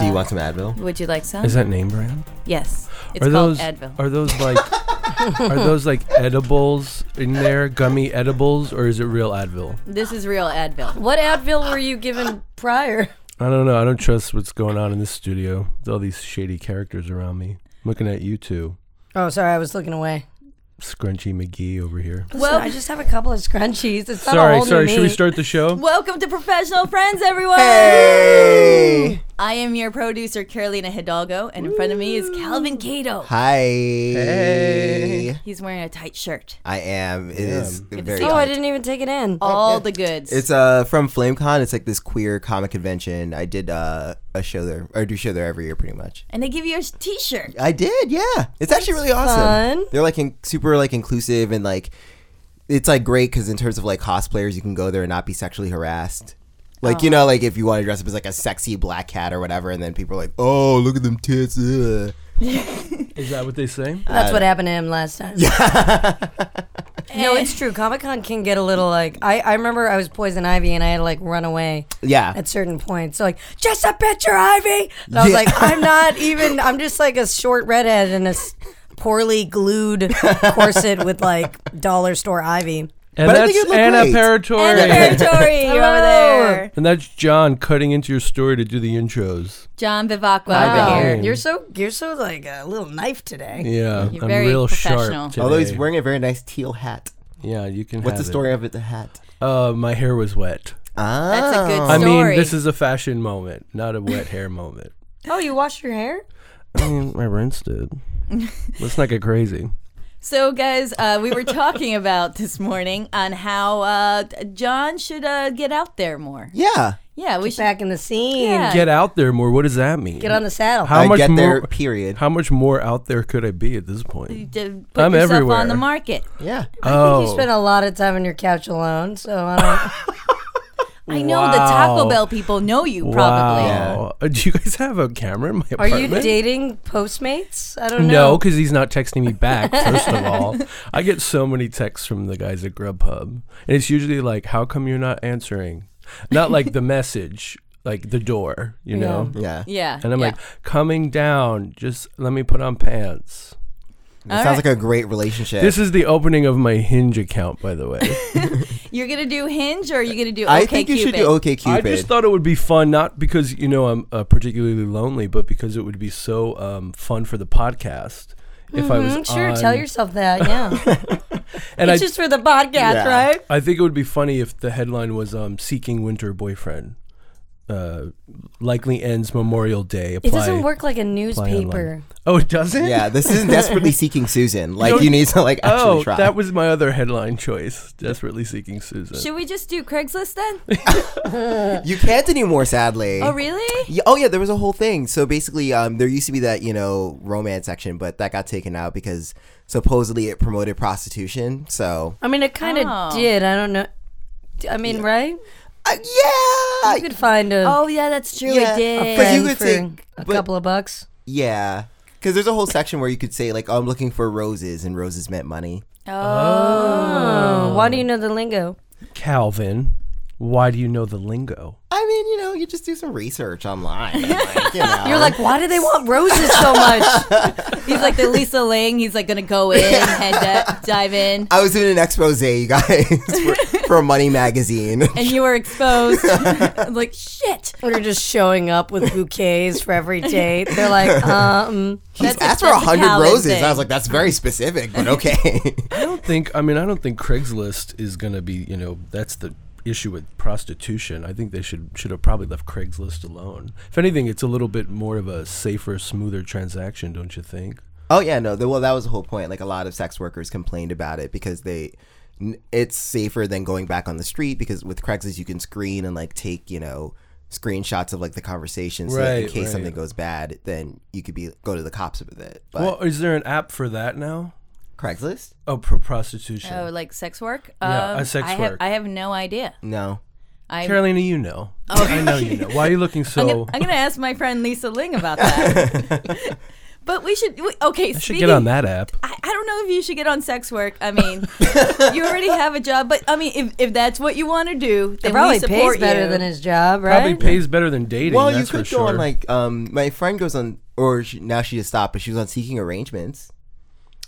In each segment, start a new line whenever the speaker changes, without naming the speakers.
Do you want some Advil?
Would you like some?
Is that name brand?
yes. It's
are
called
those
Advil.
are those like are those like edibles in there, gummy edibles, or is it real Advil?
this is real Advil.
What Advil were you given prior?
I don't know. I don't trust what's going on in this studio. With all these shady characters around me. I'm looking at you two,
Oh, sorry, I was looking away.
Scrunchy McGee over here.
well, I just have a couple of scrunchies. It's not a
Sorry,
whole
sorry.
new
Should we
me.
start the show?
Welcome to Professional Friends, everyone.
Hey!
I am your producer, Carolina Hidalgo, and in front of me is Calvin Cato.
Hi.
He's wearing a tight shirt.
I am. It is very.
Oh, I
odd.
didn't even take it in.
All the goods.
It's uh from FlameCon. It's like this queer comic convention. I did uh, a show there. I do show there every year, pretty much.
and they give you a t-shirt.
I did, yeah. It's actually really awesome.
fun.
They're like in, super like inclusive and like it's like great because in terms of like cosplayers, you can go there and not be sexually harassed. Like
Oh.
you know, like if you want to dress up as like a sexy black cat or whatever, and then people are like, "Oh, look at them tits." Ugh.
Is that what they say?
That's what happened to him last time. no, it's true. Comic Con can get a little like I, I remember I was poison ivy and I had to like run away
Yeah,
at certain points. So like, just a picture, Ivy. And I was
Yeah.
like, I'm not even. I'm just like a short redhead in a s- poorly glued corset with like dollar store Ivy.
And
But I think
that's
it looked
Anna
great.
Paratori.
Territory, you're over there.
and that's John cutting into your story to do the intros.
John Vivacqua
John.
over here.
Dang.
You're so you're so like a little knife today.
Yeah,
You're
I'm
very
real
professional.
sharp. Today.
although he's wearing a very nice teal hat.
Yeah, you can.
What's
have
the
it.
story of it? The hat.
Uh, my hair was wet.
Ah,
That's a good
I
story.
mean, this is a fashion moment, not a wet hair moment.
Oh, you washed your hair?
I mean, I rinsed it. Let's not get crazy.
So, guys, uh, we were talking about this morning on how uh, John should uh, get out there more.
yeah.
Yeah, we should.
Back in the scene.
Yeah.
Get out there more. What does that mean?
Get on the saddle.
How
I
much
get there.
more?
Period.
How much more out there could I be at this
you
point? Oh,
d- Put
I'm
yourself
everywhere.
on the market.
Yeah.
I think you spent a lot of time on your couch alone, so I
I know the Taco
Wow.
Bell people know you probably.
wow. Uh, Do you guys have a camera in my
don't. Are
apartment?
you dating Postmates? I don't know.
No, because he's not texting me back. First of all, I get so many texts from the guys at Grubhub, and it's usually like, "How come you're not answering?" Not like the message, like the door, you know.
Yeah.
Yeah.
And I'm
yeah.
like, "Coming down, just let me put on pants."
It sounds like a great relationship.
This is the opening of my Hinge account, by the way.
you're gonna do Hinge or are you gonna do?
I
OK
think you should
Cupid?
do OK
I
Cupid.
just thought it would be fun, not because you know I'm uh, particularly lonely, but because it would be so um, fun for the podcast. If I
Mm,
was
sure,
on-
tell yourself that. Yeah,
and
it's just for the podcast,
Yeah.
right?
I think it would be funny if the headline was um, "Seeking Winter Boyfriend." Uh, likely ends Memorial Day. Apply,
It doesn't work like a
apply online.
newspaper.
Oh, it doesn't.
yeah, this isn't desperately seeking Susan. Like
don't-
you need to like actually
Oh,
try.
that was my other headline choice. Desperately seeking Susan.
Should we just do Craigslist then?
you can't anymore, sadly.
oh, really?
Yeah, oh yeah, there was a whole thing. So basically, um, there used to be that you know romance section, but that got taken out because supposedly it promoted prostitution. So
I mean, it kind of
Oh.
did. I don't know. D- I mean, right?
uh, yeah,
You could find a,
Oh, yeah, that's true.
Yeah.
It
a
did.
But you
friend
could
for
take-
a
but-
couple of bucks.
yeah, because there's a whole section where you could say like, oh, "I'm looking for roses," and roses meant money.
Oh, why do you know the lingo?
Calvin, why do you know the lingo?
I mean, you know, you just do some research online. like, you know.
You're like, why do they want roses so much?
He's like the Lisa Ling. He's like gonna go in, head di- dive in,
I was in an expose, you guys, for, for Money Magazine.
and you were exposed. I'm like shit.
They're just showing up with bouquets for every date. They're like, um,
He's
That's a-
asked for
that's a
a hundred
Calvin
roses.
thing.
I was like, "That's very specific," but okay.
I don't think. I mean, I don't think Craigslist is gonna be. You know, that's the issue with prostitution. I think they should should have probably left Craigslist alone. If anything, it's a little bit more of a safer, smoother transaction, don't you think?
Oh yeah, no. The, well, that was the whole point. Like a lot of sex workers complained about it because they, n- it's safer than going back on the street because with Craigslist you can screen and like take you know screenshots of like the conversations so that in
Right,
case
right.
something goes bad, then you could be go to the cops with it. But
Well, is there an app for that now?
Craigslist?
Oh, pro- prostitution.
Oh, like sex work? Um,
Yeah, uh, sex
I Have,
work.
I have no idea.
No.
I,
Carolina, you know. I know you know. Why are you looking
Oh, I'm,
so?
gonna, I'm gonna ask my friend Lisa Ling about that. But we should. We, okay,
I should get on that app.
I, I don't know if you should get on sex work. I mean, you already have a job, but I mean, if, if that's what you want to do,
It
then
probably
we support
pays better
you.
than his job,
Probably
right?
pays better than dating.
Well, you
that's
could go
for sure.
on like um, my friend goes on, or she, now she just stopped, but she was on Seeking Arrangements.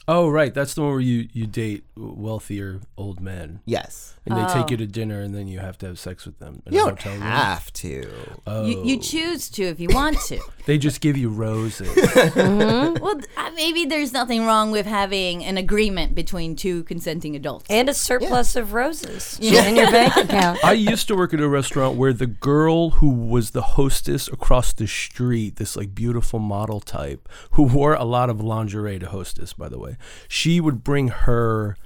oh, right, that's the one where you you date wealthier old men,
Yes,
and they take you to dinner, and then you have to have sex with them. In
you
a
don't
hotel room.
have to.
You, you choose to if you want to.
They just give you roses.
well, th- uh, maybe there's nothing wrong with having an agreement between two consenting adults.
and a surplus of roses in your bank account.
I used to work at a restaurant where the girl who was the hostess across the street, this like beautiful model type, who wore a lot of lingerie to hostess, by the way, she would bring her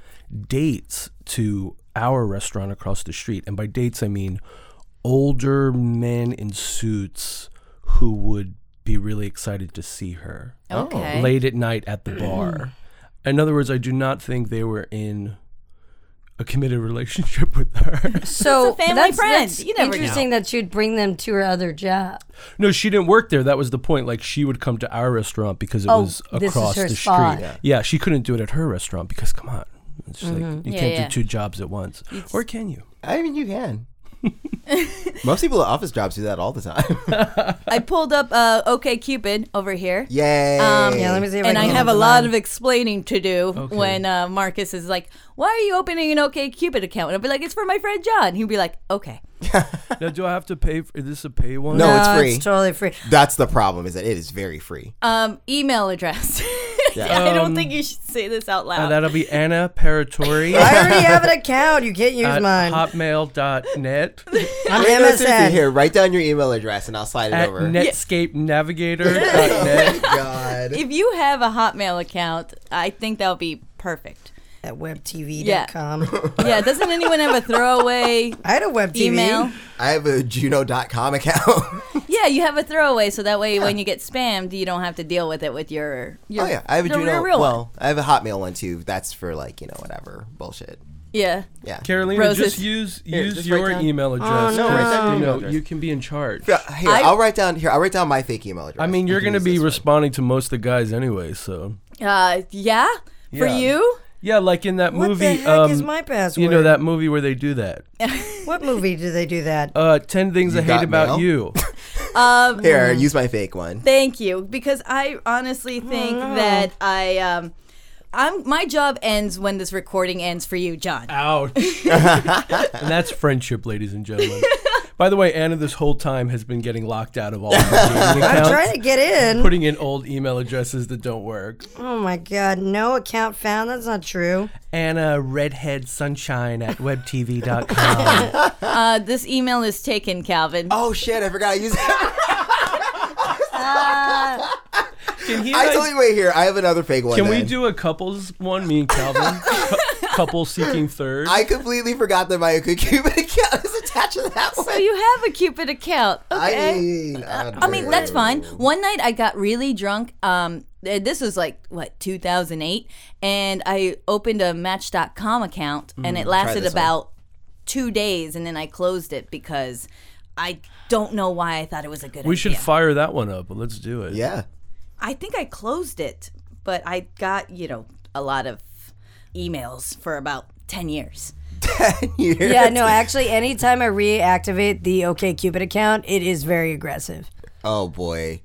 dates to our restaurant across the street. And by dates, I mean older men in suits who would be really excited to see her
okay.
late at night at the bar. In other words, I do not think they were in a committed relationship with her.
So
It's a family
that's,
friend.
that's
You never know.
interesting that you'd bring them to her other job.
No, she didn't work there. That was the point. Like she would come to our restaurant because it
Oh,
was
this is
across
her
the
spot.
street.
Yeah.
Yeah. she couldn't do it at her restaurant because come on, it's just like you
Yeah,
can't
yeah.
do two jobs at once. or can you?
I mean, you can. Most people at office jobs do that all the time.
I pulled up uh, OK Cupid over here.
Yay!
Um, Yeah, let me see if
And
I
I
can
have
get
a
them
lot
on.
of explaining to do
Okay.
when uh, Marcus is like, "Why are you opening an OK Cupid account?" And I'll be like, "It's for my friend John." He'll be like, "Okay."
now, do I have to pay? For, is this a pay one?
No, it's
Uh,
free.
It's totally free.
That's the problem. Is that it is very free.
Um, email address. I don't think you should say this out
Um, Uh,
loud.
that'll be Anna Paratori
I already have an account. You can't use
Uh,
at
mine.
hotmail.net
I'm
Wait, no, seriously,
MSN.
here, write down your email address and I'll slide it
at
over. Oh
netscapenavigator.net.
God.
if you have a Hotmail account, I think that'll be perfect.
At webtv.com.
Yeah. Yeah, doesn't anyone have a throwaway
I had a web TV.
email?
I have a Juno.com account. Oh,
Yeah, you have a throwaway, so that way when you get spammed, you don't have to deal with it with your. your
oh yeah, I have a
your
Juno.
real one.
well, I have a Hotmail one too. That's for like you know whatever bullshit.
yeah.
Yeah.
Carolina,
Roses.
just use
Here,
use
just write
your
down-
email address.
no. Write down your
you
email
know,
address.
you can be in charge.
Yeah, Here,
I-
I, will write down here. I'll write down my fake email address.
I mean, you're
You can use
gonna be
this one.
responding to most of the guys anyway, so
Uh, yeah. For
Yeah.
you,
yeah, like in that
What
movie.
the heck
um,
is my password?
You know that movie where they do that?
What movie do they do that?
Uh, ten things I hate
got
about
mail?
you.
um,
here. Use my fake one.
Thank you, because I honestly think
Mm.
that I um, I'm my job ends when this recording ends for you, John.
Ouch. and that's friendship, ladies and gentlemen. By the way, Anna, this whole time has been getting locked out of all her dating
I'm
accounts,
trying to get in.
putting in old email addresses that don't work.
Oh my god, no account found. That's not true.
Anna Redhead Sunshine at webtv.com.
Uh, this email is taken, Calvin.
Oh shit! I forgot I used.
Can, he and
I
I-
told you. Wait here. I have another fake one.
can we
then.
do a couples one? Me and Calvin, Cou- couple seeking third.
I completely forgot that my Cupid account is attached to that one.
So you have a Cupid account, okay?
I mean, I,
I mean, that's fine. One night I got really drunk. Um, th- this was like what 2008, and I opened a Match.com account, and it lasted
this one.
about two days, and then I closed it because I don't know why I thought it was a good
we
idea.
should fire that one up. Let's do it.
Yeah.
I think I closed it, but I got you know a lot of emails for about ten years.
Here.
Yeah, no, actually, anytime I reactivate the OKCupid account, it is very aggressive.
Oh boy.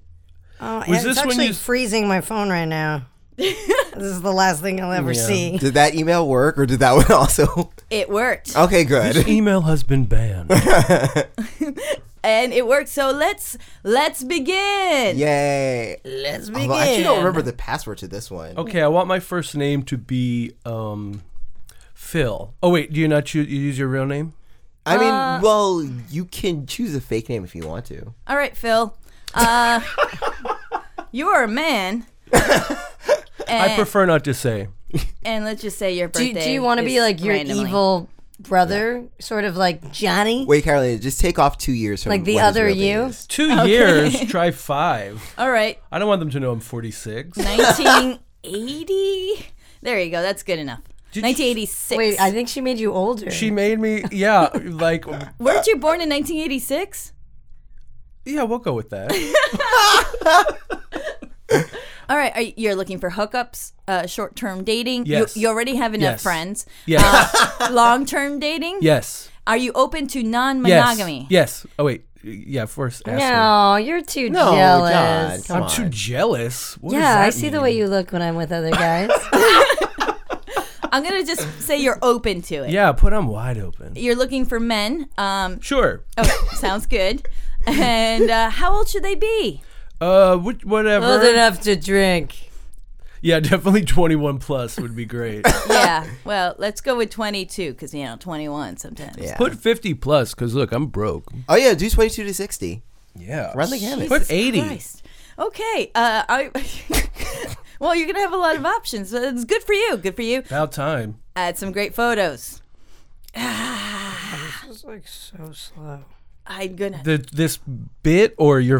Oh, and
Was
it's
this when
actually
you s-
freezing my phone right now. this is the last thing I'll ever see.
Did that email work or did that one also?
It worked.
Okay, good.
Email has been banned.
and it worked. So let's let's begin.
Yay.
Let's begin.
Well, I actually don't remember the password to this one.
Okay, I want my first name to be um, Phil. Oh wait, do you not choose, you use your real name?
I mean,
Uh,
well, you can choose a fake name if you want to.
All right, Phil. Uh, you're a man. and,
Eh.
I prefer not to say.
and let's just say your
Do,
birthday.
you- do you want to be
is
like your
randomly.
evil brother, sort of like Johnny?
Wait, Carolina, just take off two years from
Like the
what his
other
real name
you?
is.
Two years, try five.
All right,
I don't want them to know I'm 46.
1980. there you go. That's good enough. 1986.
Wait, I think she made you older.
She made me, yeah, like,
weren't you born in 1986?
yeah, we'll go with that.
All right, I, I, you're looking for hookups, uh, short-term dating.
Yes.
You, you already have enough
Yes.
friends.
Yes.
Uh, long-term dating.
Yes.
Are you open to
Yes.
non-monogamy?
Yes. Oh wait. Yeah. First. Ask her.
No, you're too
No, God,
jealous.
come
I'm too
on.
jealous. What does
yeah,
that
I see the
mean?
way you look when I'm with other guys.
I'm gonna just say you're open to it.
Yeah. Put them wide open.
You're looking for men. Um,
Sure.
okay, sounds good. And uh, how old should they be?
Uh. Which, whatever.
Old enough to drink.
yeah. Definitely 21 plus would be great.
Yeah. Well, let's go with 22 because you know 21 sometimes.
Yeah.
Put 50 plus, cause look, I'm broke.
Oh yeah, do twenty two to sixty.
Yeah.
Run the gamut.
Put 80.
Christ. Okay. Uh, I. well, you're gonna have a lot of options. So It's good for you. Good for you.
About time.
Add some great photos.
It's like so slow.
I'm gonna.
The, this bit or your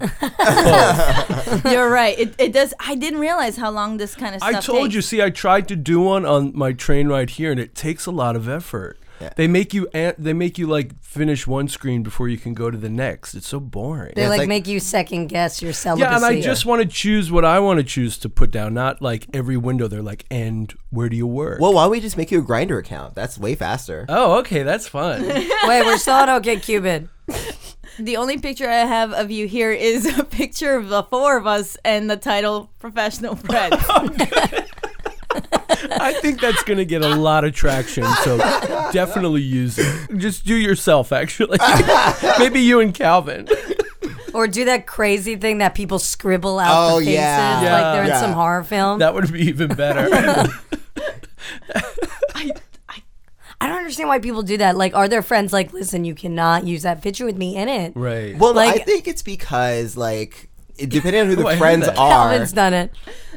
You're right. It, it does. I didn't realize how long this kind of stuff.
I told you.
takes.
See, I tried to do one on my train ride here, and it takes a lot of effort. They make you. an- They make you like finish one screen before you can go to the next. It's so boring.
They
it's
like,
like-
make you second guess your celibacy.
yeah, and I just want to choose what I want to choose to put down, not like every window. They're like, and where do you work?
Well, why don't we just make you a grinder account? That's way faster.
oh, okay, that's fun.
Wait, we're still on OK Cupid.
The only picture I have of you here is a picture of the four of us and the title "Professional Friends."
I think that's gonna get a lot of traction. So definitely use it. Just do yourself, actually. Maybe you and Calvin.
Or do that crazy thing that people scribble out
Oh,
the faces
yeah.
like they're in
Yeah.
some horror film.
That would be even better.
I don't understand why people do that. Like, are their friends like, listen, you cannot use that picture with me in it?
right.
Well, no, I
Like-
think it's because like it- depending on who the
Oh, I heard
friends
that.
are.
Calvin's done it.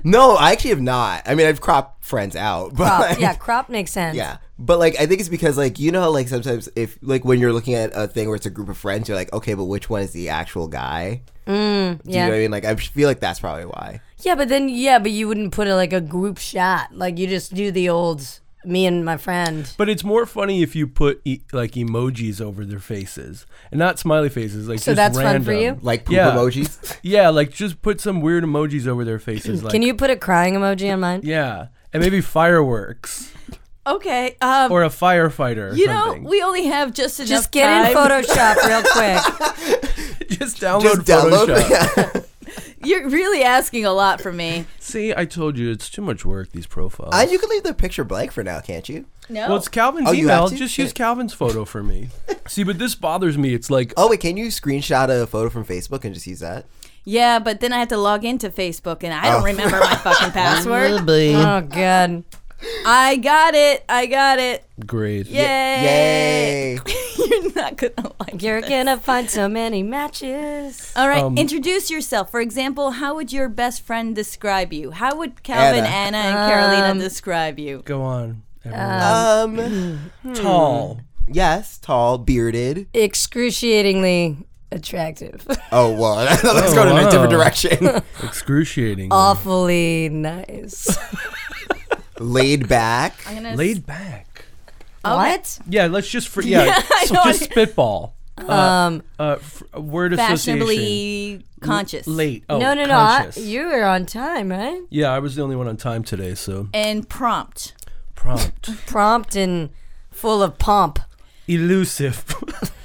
No, I actually have not. I mean, I've cropped friends out, but
Crop. yeah, crop makes sense.
Yeah. But like I think it's because like you know how like sometimes if like when you're looking at a thing where it's a group of friends, you're like, okay, but which one is the actual guy? Do
Yeah.
you know what I mean? Like I feel like that's probably why.
Yeah, but then yeah, but you wouldn't put it like a group shot. Like you just do the old me and my friend.
But it's more funny if you put e- like emojis over their faces and not smiley faces. Like
So
just
that's fun for
random.
you?
Like poop
Yeah.
emojis.
Yeah, like just put some weird emojis over their faces. Like,
Can you put a crying emoji on mine?
Yeah, and maybe fireworks
okay. Um,
or a firefighter. Or
you know,
something.
we only have just enough
Just get in
time.
Photoshop real quick.
just download
Just download.
Photoshop.
You're really asking a lot from me.
See, I told you it's too much work. These profiles.
I, you can leave the picture blank for now, can't you?
No.
well, it's Calvin's
Oh, you have
email.
to?
Just
Shit.
use Calvin's photo for me. See, but this bothers me. It's like,
Oh wait, can you screenshot a photo from Facebook and just use that?
yeah, but then I had to log into Facebook and I don't remember my fucking password.
oh god.
I got it. I got it.
great.
Yay.
Yay!
You're not going to like
You're
this.
gonna find so many matches.
All right,
Um,
introduce yourself. For example, how would your best friend describe you? How would Calvin,
Anna.
Anna, and
Um,
Carolina describe you?
Go on. everyone.
Um,
Tall.
yes, tall, bearded.
Excruciatingly attractive.
Oh well, let's go in a different
Oh, wow.
direction.
Excruciating.
Awfully nice.
Laid back.
I'm gonna s-
Laid back.
What?
Yeah, let's just for yeah,
I
so
know.
just spitball.
Um
Uh, f- a word association.
fashionably conscious.
Late. Oh,
no no no I,
conscious.
you were on time, right?
yeah, I was the only one on time today, so
And prompt.
prompt,
Prompt and full of pomp.
elusive,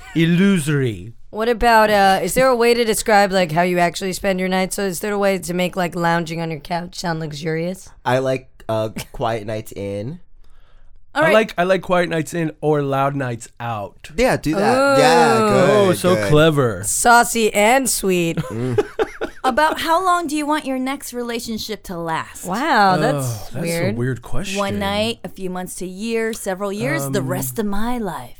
illusory.
What about uh is there a way to describe like how you actually spend your night? So is there a way to make like lounging on your couch sound luxurious?
I like uh, quiet nights in.
All right.
I like I like quiet nights in or loud nights out.
Yeah, do that. Yeah, good.
Oh, so
good.
clever.
Saucy and sweet.
About how long do you want your next relationship to last?
Wow, that's,
Oh, that's
weird.
a weird question.
One night, a few months to a year, several years, the rest of my life.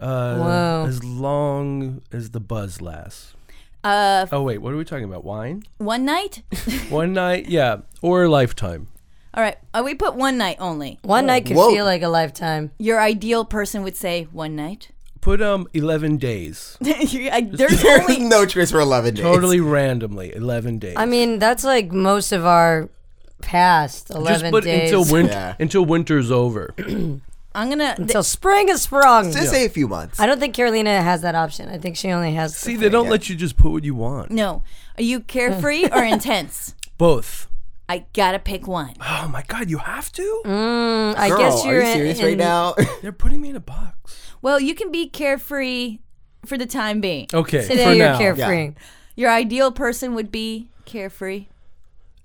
Uh,
Whoa.
As long as the buzz lasts.
Uh,
Oh wait, what are we talking about? Wine?
one night?
One night? Yeah, or a lifetime.
All right, uh, we put one night only.
One night could
Whoa.
feel like a lifetime.
Your ideal person would say one night.
Put um eleven days.
You- I- There's
There's
only
no choice for 11 days.
Totally randomly, eleven days.
I mean, that's like most of our past
just
eleven
put
days
until winter
Yeah.
until winter's over.
I'm gonna.
Until spring is sprung.
Just say a few months.
I don't think Carolina has that option. I think she only has.
See, they don't let you just put what you want.
no, are you carefree or intense?
Both.
I gotta pick one.
Oh my God, you have to?
Mm. I
Girl,
guess
are
you're
you
in-
serious right
in-
now?
They're putting me in a box.
Well, you can be carefree for the time being.
Okay,
Today
for
you're
now.
carefree.
Your ideal person would be carefree.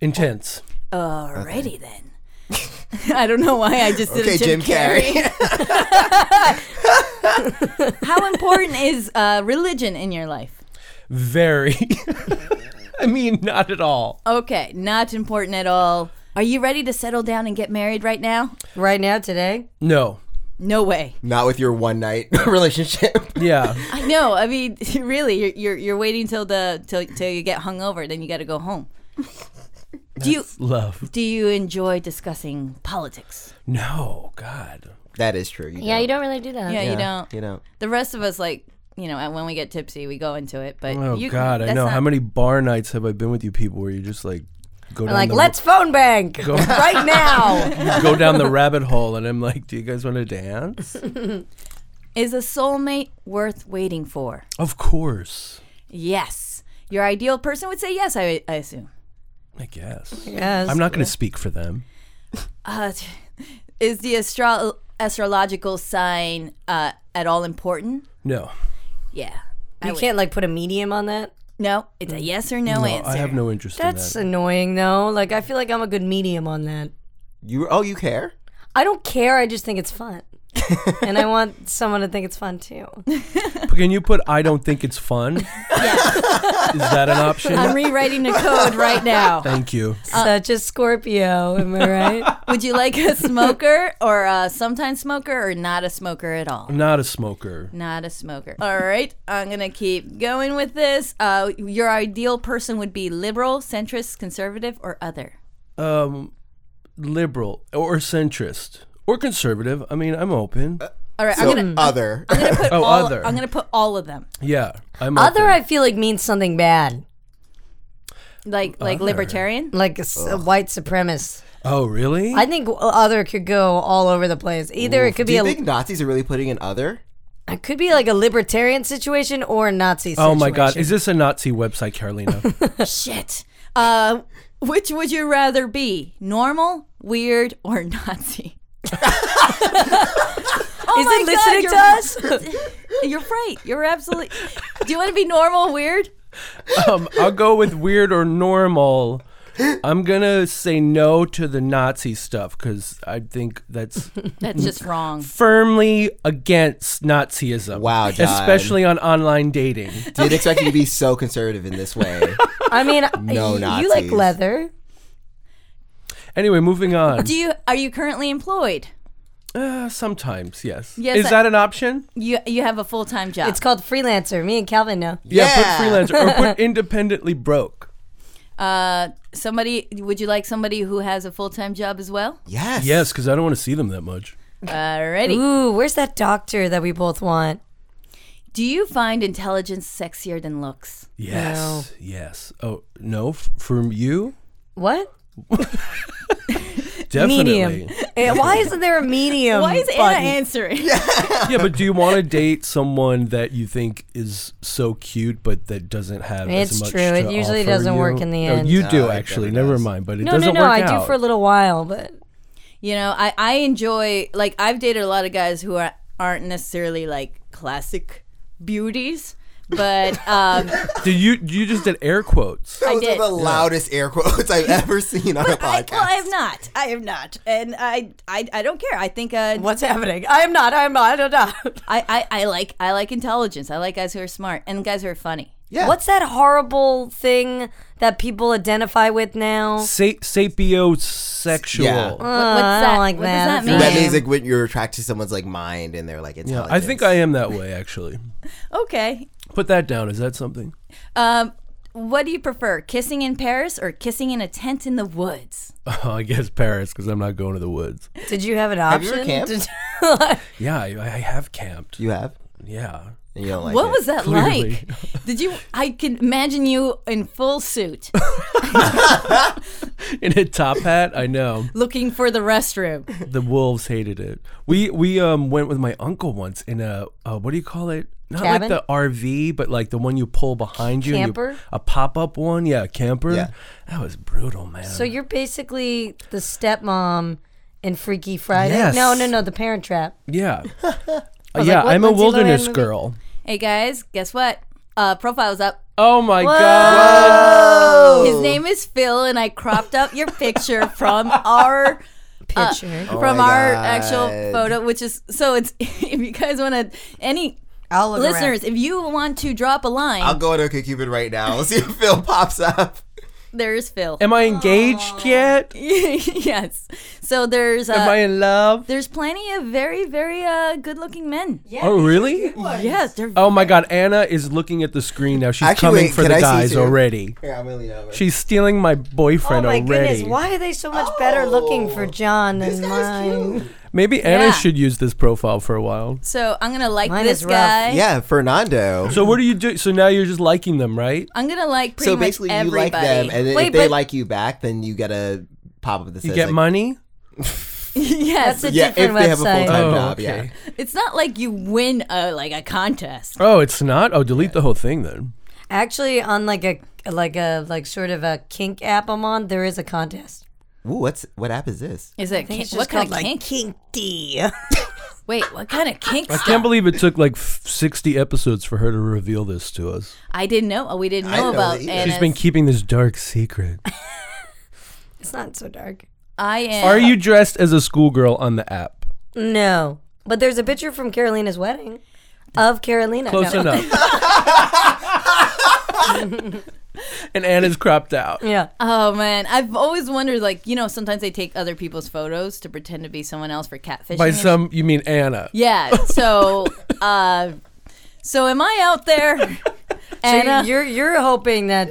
Intense.
Alrighty then. I don't know why I just did
okay,
a
Jim,
Jim,
Carrey.
How important is uh, religion in your life?
Very. I mean, not at all.
Okay, not important at all. Are you ready to settle down and get married right now?
Right now, today,
No.
No way.
Not with your one night relationship.
Yeah.
I know. I mean, really, you're you're, you're waiting till the till, till you get hungover, then you got to go home. do you
Love.
do you enjoy discussing politics?
No. God.
that is true. You
yeah, you don't really do that.
Yeah, you don't.
You know.
The rest of us, like you know, when we get tipsy, we go into it. But
Oh
you,
God. I
that's
know.
not-
How many bar nights have I been with you people where you just like go down
Like,
the
let's phone bank right now.
go down the rabbit hole, and I'm like, do you guys want to dance?
Is a soulmate worth waiting for?
of course.
Yes. Your ideal person would say yes. I, I assume.
I guess.
yes.
I'm not going to speak for them.
Uh, t- is the astro- astrological sign uh, at all important?
No.
Yeah. I
You
would-
can't like put a medium on that.
No, it's a yes or no,
No,
answer.
I have no interest
That's
in that.
annoying though. Like I feel like I'm a good medium on that.
You oh you care?
I don't care. I just think it's fun, and I want someone to think it's fun too.
Can you put I don't think it's fun? Is that an
I'm
option?
rewriting the code right now.
Thank you.
Such a Scorpio, am I right?
Would you like a smoker or a sometime smoker or not a smoker at all?
I'm not a smoker.
Not a smoker. All right, I'm gonna keep going with this. Uh, your ideal person would be liberal, centrist, conservative, or other.
Um, liberal or centrist or conservative. I mean, I'm open.
All right,
So
I'm gonna
other.
I'm gonna put
Oh,
Uh, all.
other.
I'm gonna put all of them.
Yeah, I'm
Other,
Open.
I feel like means something bad,
Like like libertarian.
like a, s- a white supremacist.
oh, really?
I think other could go all over the place. Either it could
Do
be
you
a,
think Nazis are really putting an other?
it could be like a libertarian situation or a Nazi. situation.
oh my God, is this a Nazi website, Carolina?
Shit. Uh, which would you rather be? Normal, weird, or Nazi? oh
Is
my
it
God,
listening
you're-
to us?
You're right. You're absolutely. Do you want to be normal, weird?
um, I'll go with weird or normal. I'm gonna say no to the Nazi stuff because I think that's
That's just wrong.
firmly against Nazism.
Wow, John.
especially on online dating.
Did expect you to be so conservative in this way.
I mean,
No
you, you like
Nazis.
leather.
Anyway, moving on.
Do you are you currently employed?
Uh, sometimes, yes.
Yes,
Is
I-
that an option?
You you have a full time job.
It's called freelancer. Me and Calvin know.
Yeah.
put freelancer or put independently broke.
uh, somebody. Would you like somebody who has a full time job as well?
Yes.
Yes, because I don't want to see them that much.
Alrighty.
Ooh, where's that doctor that we both want?
Do you find intelligence sexier than looks?
Yes,
No.
yes. Oh no, f- from you,
What?
definitely.
Medium. Eh, Why isn't there a medium?
Why is Anna
button?
answering?
yeah, but do you want to date someone that you think is so cute, but that doesn't have
It's
as much?
true. It
to
usually
offer
doesn't work
you?
in the
No,
end.
you
No,
do
it
actually.
never
Never
does.
mind. But it
No, no,
doesn't
no.
work
I
out.
do for a little while, but
You know, I, I enjoy like I've dated a lot of guys who are aren't necessarily like classic beauties, but um,
Did you? You just did air quotes.
Those
did.
are the loudest air quotes I've ever seen on a
I,
podcast.
well, I have not. I have not, and I I, I don't care. I think uh,
what's happening? I am not. I am not. I don't know.
I, I I like I like intelligence. I like guys who are smart and guys who are funny.
yeah.
What's that horrible thing that people identify with now? Uh,
Sa- sapiosexual.
Yeah.
What, what's
I
that?
don't like
what
that.
does that mean?
that means
Same.
like when you're attracted to someone's like mind and they're like
Yeah,
intelligence.
I think I am that way actually.
okay.
Put that down. Is that something?
Um, what do you prefer, kissing in Paris or kissing in a tent in the woods?
Oh, I guess Paris because I'm not going to the woods.
Did you have an
you
option?
ever camped?
Did-
Yeah, I, I have camped.
You have?
Yeah.
And you don't like
What
it.
was that
Clearly.
like? Did you? I can imagine you in full suit.
In a top hat, I know.
looking for the restroom.
The wolves hated it. We we um went with my uncle once in a uh, what do you call it? not like
Cabin?
the RV, but like the one you pull behind you. and you-
Camper?
a pop up one, yeah, a camper.
Yeah.
That was brutal, man.
So you're basically the stepmom in Freaky Friday.
Yes.
No, no, no, the Parent Trap.
yeah,
was
yeah.
like, what
I'm a
Lindsay Lohan
wilderness
movie?
girl.
Hey guys, guess what? Uh, profile's up.
Oh my god.
Oh.
His name is Phil, and I cropped up your picture from our
Picture.
from
Oh my
our
God.
actual photo, which is so. It's if you guys want to any
I'll look around.
listeners, if you want to drop a line,
I'll go on OkCupid right now. Let's see if Phil pops up.
there's Phil.
Am I engaged yet?
yes. So there's
Am I
uh,
in love?
there's plenty of very very uh, good looking men.
oh really?
Yes, they're
Oh my God! Anna is looking at the screen now. She's
Actually,
coming
wait,
for
can
the
I see
guys
too?
already.
Here, I'm gonna lean over.
She's stealing my
Oh
boyfriend
my
already.
goodness! Why are they so much better looking for John than mine?
Maybe Anna
Yeah.
should use this profile for a while.
So I'm gonna like
Mine
this
is rough.
guy.
yeah, Fernando.
So what do you do? So now you're just liking them, right?
I'm gonna like pretty
so
much
basically, you like
everybody.
them, and then
Wait,
if they
but-
like you back, then you gotta pop up. This
You get money.
yes,
That's a
Yeah, if they
different
have a full
website.
Oh,
time job, yeah.
it's not like you win a like a contest.
Oh, it's not. Oh, delete the whole thing then.
Actually, on like a like a like sort of a kink app I'm on, there is a contest.
Ooh, what's what app is this?
Is it
I think
kink,
it's
what
just
kind
called
of
like
kink?
kink D.
Wait, what kind of kink
I
stuff?
can't believe it took like f- 60 episodes for her to reveal this to us.
I didn't know. Oh, we didn't
I
know
know
about.
either.
Anna's.
She's been keeping this dark secret.
it's not so dark.
I am.
Are you dressed as a schoolgirl on the app?
No, but there's a picture from Carolina's wedding of Carolina.
Close
No.
enough. and Anna's cropped out.
Yeah.
Oh man, I've always wondered. Like you know, sometimes they take other people's photos to pretend to be someone else for catfishing.
By
and
some, you mean Anna.
Yeah. So, uh, so am I out there, uh,
So
Anna?
you're you're hoping that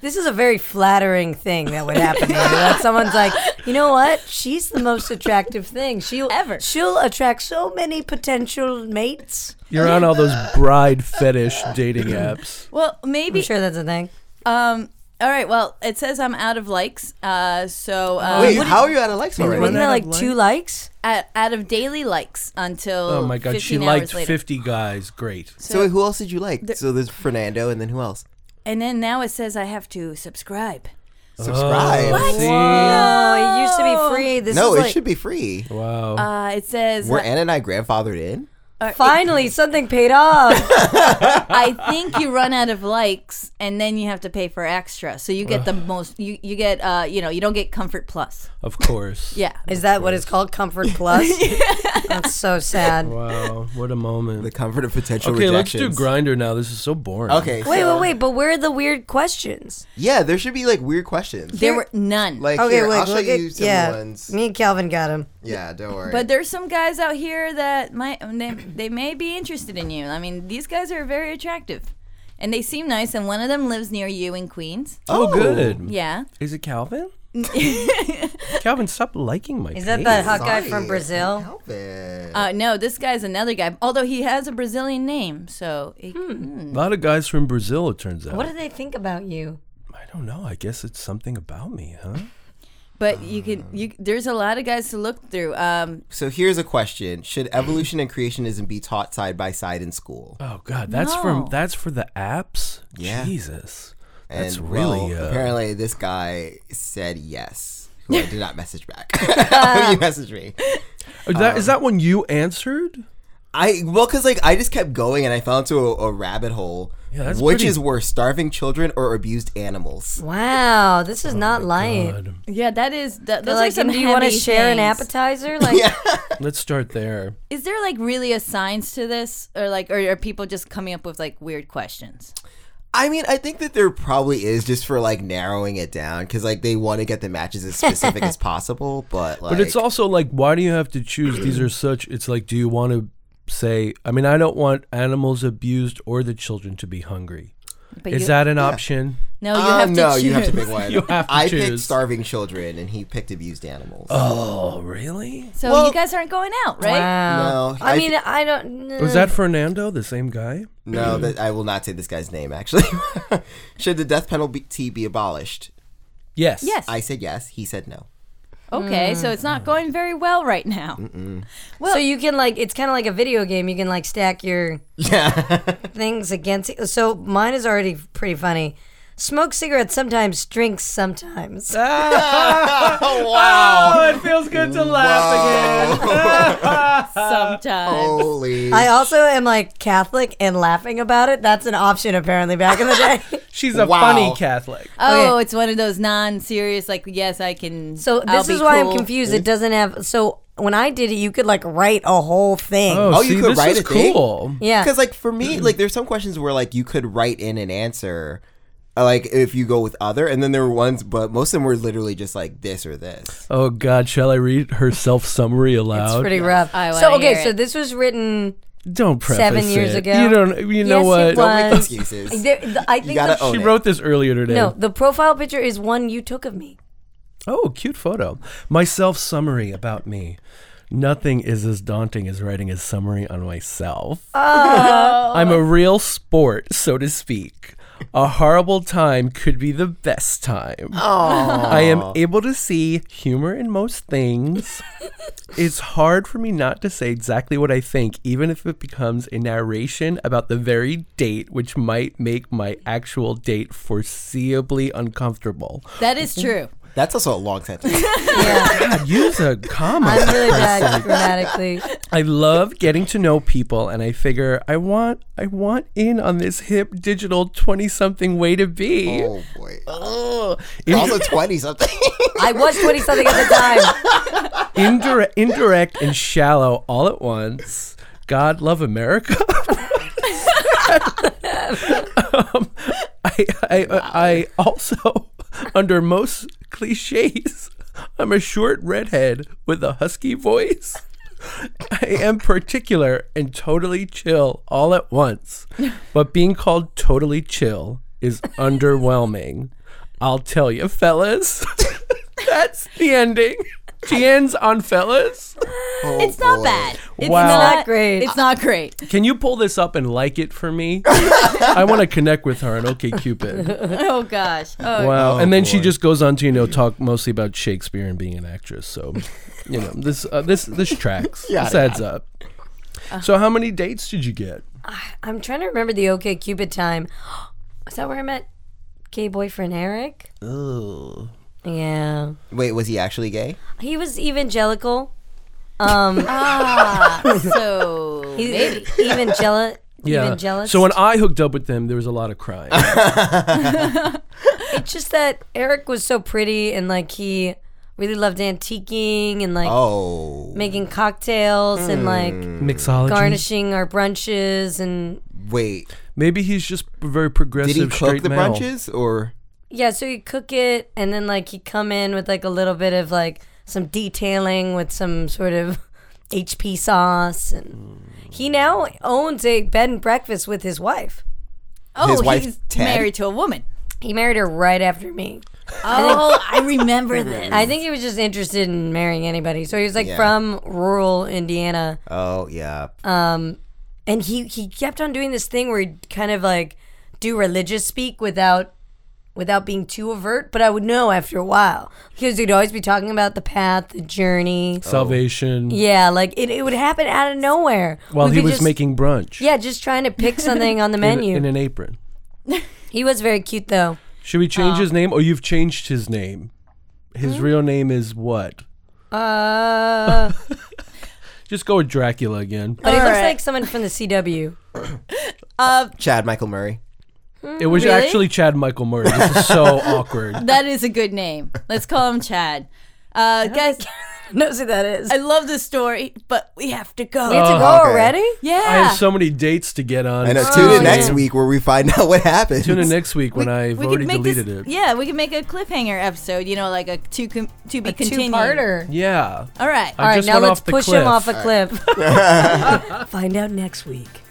this is a very flattering thing that would happen. to you, that someone's like, you know what? She's the most attractive thing she'll
Ever.
She'll attract so many potential mates.
You're on all those bride fetish dating apps.
well,
I'm
maybe.
sure that's a thing.
Um. All right. Well, it says I'm out of likes. Uh. So uh,
Wait, how are you out of likes
Wasn't
already?
Run
that
out
like
of
two likes?
out, out of daily likes until.
Oh my god, she
15
liked
hours later.
50 guys. Great.
So wait, who else did you like? so there's Fernando, and then who else?
And then now it says I have to subscribe.
Subscribe.
See?
Oh, it used to be free. This
No,
is
it
like,
should be free.
Wow.
Uh, it says
Were
uh,
Anna and I grandfathered in?
finally something paid off.
I think you run out of likes and then you have to pay for extra. So you get the most. You you get uh you know you don't get comfort plus.
of course.
Yeah.
is that what it's called? Comfort Plus. That's so sad.
Wow. What a
The
moment.
comfort of potential
Okay, let's
rejections.
do grinder now. This is so boring.
Okay.
Wait,
so-
wait, wait! But where are the weird questions?
Yeah, there should be like weird questions.
There were none.
Like
Okay,
here,
wait.
I'll show
look at-
you some
yeah,
ones.
me and Calvin got him.
Yeah, don't worry.
But there's some guys out here that might um, they, they may be interested in you. I mean, these guys are very attractive, and they seem nice. And one of them lives near you in Queens.
Oh, good.
Yeah.
Is it Calvin? Calvin, stop liking my
Is that
page.
that hot guy
Sorry,
from
can't
Brazil?
Help it.
Uh, no, this guy's another guy. Although he has a Brazilian name, so he-
Hmm.
A lot of guys from Brazil, it turns out.
What do they think about you?
I don't know. I guess it's something about me, huh?
but you can you there's a lot of guys to look through. Um,
so here's a question: Should evolution and creationism be taught side by side in school?
Oh God, that's from
No.
that's for the apps.
Yeah.
Jesus,
And
that's
well,
really uh,
apparently this guy said yes. Who I did not message back. you messaged me.
Is that,
Um,
is that when you answered?
I well, cause like I just kept going and I fell into a, a rabbit hole.
Yeah, that's
which
pretty-
is worse, starving children or abused animals?
Wow, this is not lying.
Oh, God.
yeah, that is that. Those
like,
are some
do you want to
heavy
share an
things.
appetizer? Like,
Let's start there.
Is there like really a science to this, or like, or are people just coming up with like weird questions?
I mean, I think that there probably is just for like narrowing it down because like they want to get the matches as specific as possible, but like
But it's also like, why do you have to choose? These are such. It's like, do you want to say? I mean, I don't want animals abused or the children to be hungry.
But
is
you,
that an option?
no? You
Uh,
have to
no,
choose.
you have to pick one.
You have to
I picked
choose.
starving children, and he picked abused animals.
Oh, really?
So
Well-
you guys aren't going out, right?
wow.
No,
Oh, I,
I-
mean, I don't.
Was that Fernando, the same guy?
No, that I will not say this guy's name. Actually, should the death penalty be abolished?
Yes.
Yes.
I said yes. He said no.
Okay, so it's
Hmm.
not going very well right now.
so you can like it's kind of like a video game. You can like stack your
Oh,
Yeah.
things against. It. So mine is already pretty funny. Smoke cigarettes sometimes, drinks sometimes.
wow.
Oh, it feels good to laugh
Oh.
Sometimes.
Holy.
I also am like Catholic and laughing about it. That's an option apparently back in the day.
She's a
Wow.
funny Catholic.
Oh,
Okay.
it's one of those non-serious. Like, yes, I can.
So
I'll
this
be
is why
cool.
I'm confused. It doesn't have so when I did it, you could like write a whole thing.
Oh, you could
this
write
is
a thing?
cool.
yeah.
Because like for me, like there's some questions where like you could write in an answer, uh, like if you go with other, and then there were ones, but most of them were literally just like this or this.
Oh God, shall I read her self summary aloud?
Oh,
It's pretty rough.
I wanna
so okay,
hear
so
it.
this was written.
Don't preface
Seven years
it.
ago.
You don't. You know
yes,
what?
It
Don't make
was.
excuses.
There- the- I think
You gotta
the-
own
She
it.
wrote this earlier today.
no, the profile picture is one you took of me.
Oh, cute photo. My self summary about me. Nothing is as daunting as writing a summary on myself. I'm a real sport, so to speak. A horrible time could be the best time. I am able to see humor in most things. it's hard for me not to say exactly what I think, even if it becomes a narration about the very date, which might make my actual date foreseeably uncomfortable.
that is
Mm-hmm.
true.
That's also a long sentence.
God, use a comma.
I'm really bad grammatically.
I love getting to know people, and I figure I want I want in on this hip digital twenty something way to be.
oh boy.
Ugh.
Also twenty something.
I was twenty something at the time.
Indire- indirect and shallow all at once. God love America. um, I, I, I also, under most cliches, I'm a short redhead with a husky voice. I am particular and totally chill all at once, but being called totally chill is underwhelming. I'll tell you, fellas. That's the ending. Tien's on fellas.
Oh,
It's not
boy.
bad. It's
Wow.
not,
Not great.
It's not great.
Can you pull this up and like it for me? I want to connect with her on OK Cupid.
Oh gosh. Oh,
Wow.
Oh,
and then she
boy.
just goes on to you know talk mostly about Shakespeare and being an actress. So, you know this uh, this this tracks.
Yeah,
this adds up. So how many dates did you get?
I'm trying to remember the OK Cupid time. Is that where I met gay boyfriend Eric?
Oh.
Yeah.
Wait, was he actually gay?
He was evangelical. Um,
Ah, so
he's
maybe.
evangelical.
Yeah.
Evangelist.
So when I hooked up with them, there was a lot of crying.
Mm. It's just that Eric was so pretty and like he really loved antiquing and like
Oh,
making cocktails and like
Mixology.
garnishing our brunches and
wait.
Maybe he's just a very
Did
progressive
he cook
straight
the
male.
brunches or?
yeah, so he'd cook it and then like he'd come in with like a little bit of like some detailing with some sort of HP sauce and he now owns a bed and breakfast with his wife.
Oh,
His wife,
he's
Ted?
married to a woman.
He married her right after me.
Oh, I remember this.
I think he was just interested in marrying anybody. So he was like
Yeah.
from rural Indiana.
Oh yeah.
Uh, and he he kept on doing this thing where he'd kind of like do religious speak without without being too overt but i would know after a while because he'd always be talking about the path the journey
Salvation.
yeah like it, it would happen out of nowhere
While
We'd
he
be
was
just-
making brunch.
yeah just trying to pick something on the
in-
menu
in an apron.
he was very cute though
Should we change
Um,
his name? Oh, you've changed his name. His
Hmm.
real name is what?
uh
Just go with Dracula again.
but he looks
Alright.
like someone from the cw
Chad Michael Murray.
It was
Uh, really?
actually Chad Michael Murray. This is so awkward.
that is a good name. Let's call him Chad. Uh, guys,
knows who that is Oh,
I love this story, but we have to go.
we have to go
okay.
already
yeah.
I have so many dates to get on.
And uh,
It's
tune in
crazy.
next week where we find out what happened.
Tune in next week when I've
we could
already
make
deleted
this,
it.
Yeah, we can make a cliffhanger episode. You know, like a to com- to be continued.
two-parter
Yeah.
All right.
I
all right
just
now
went
let's
off the
push
cliff.
him off a cliff find out next week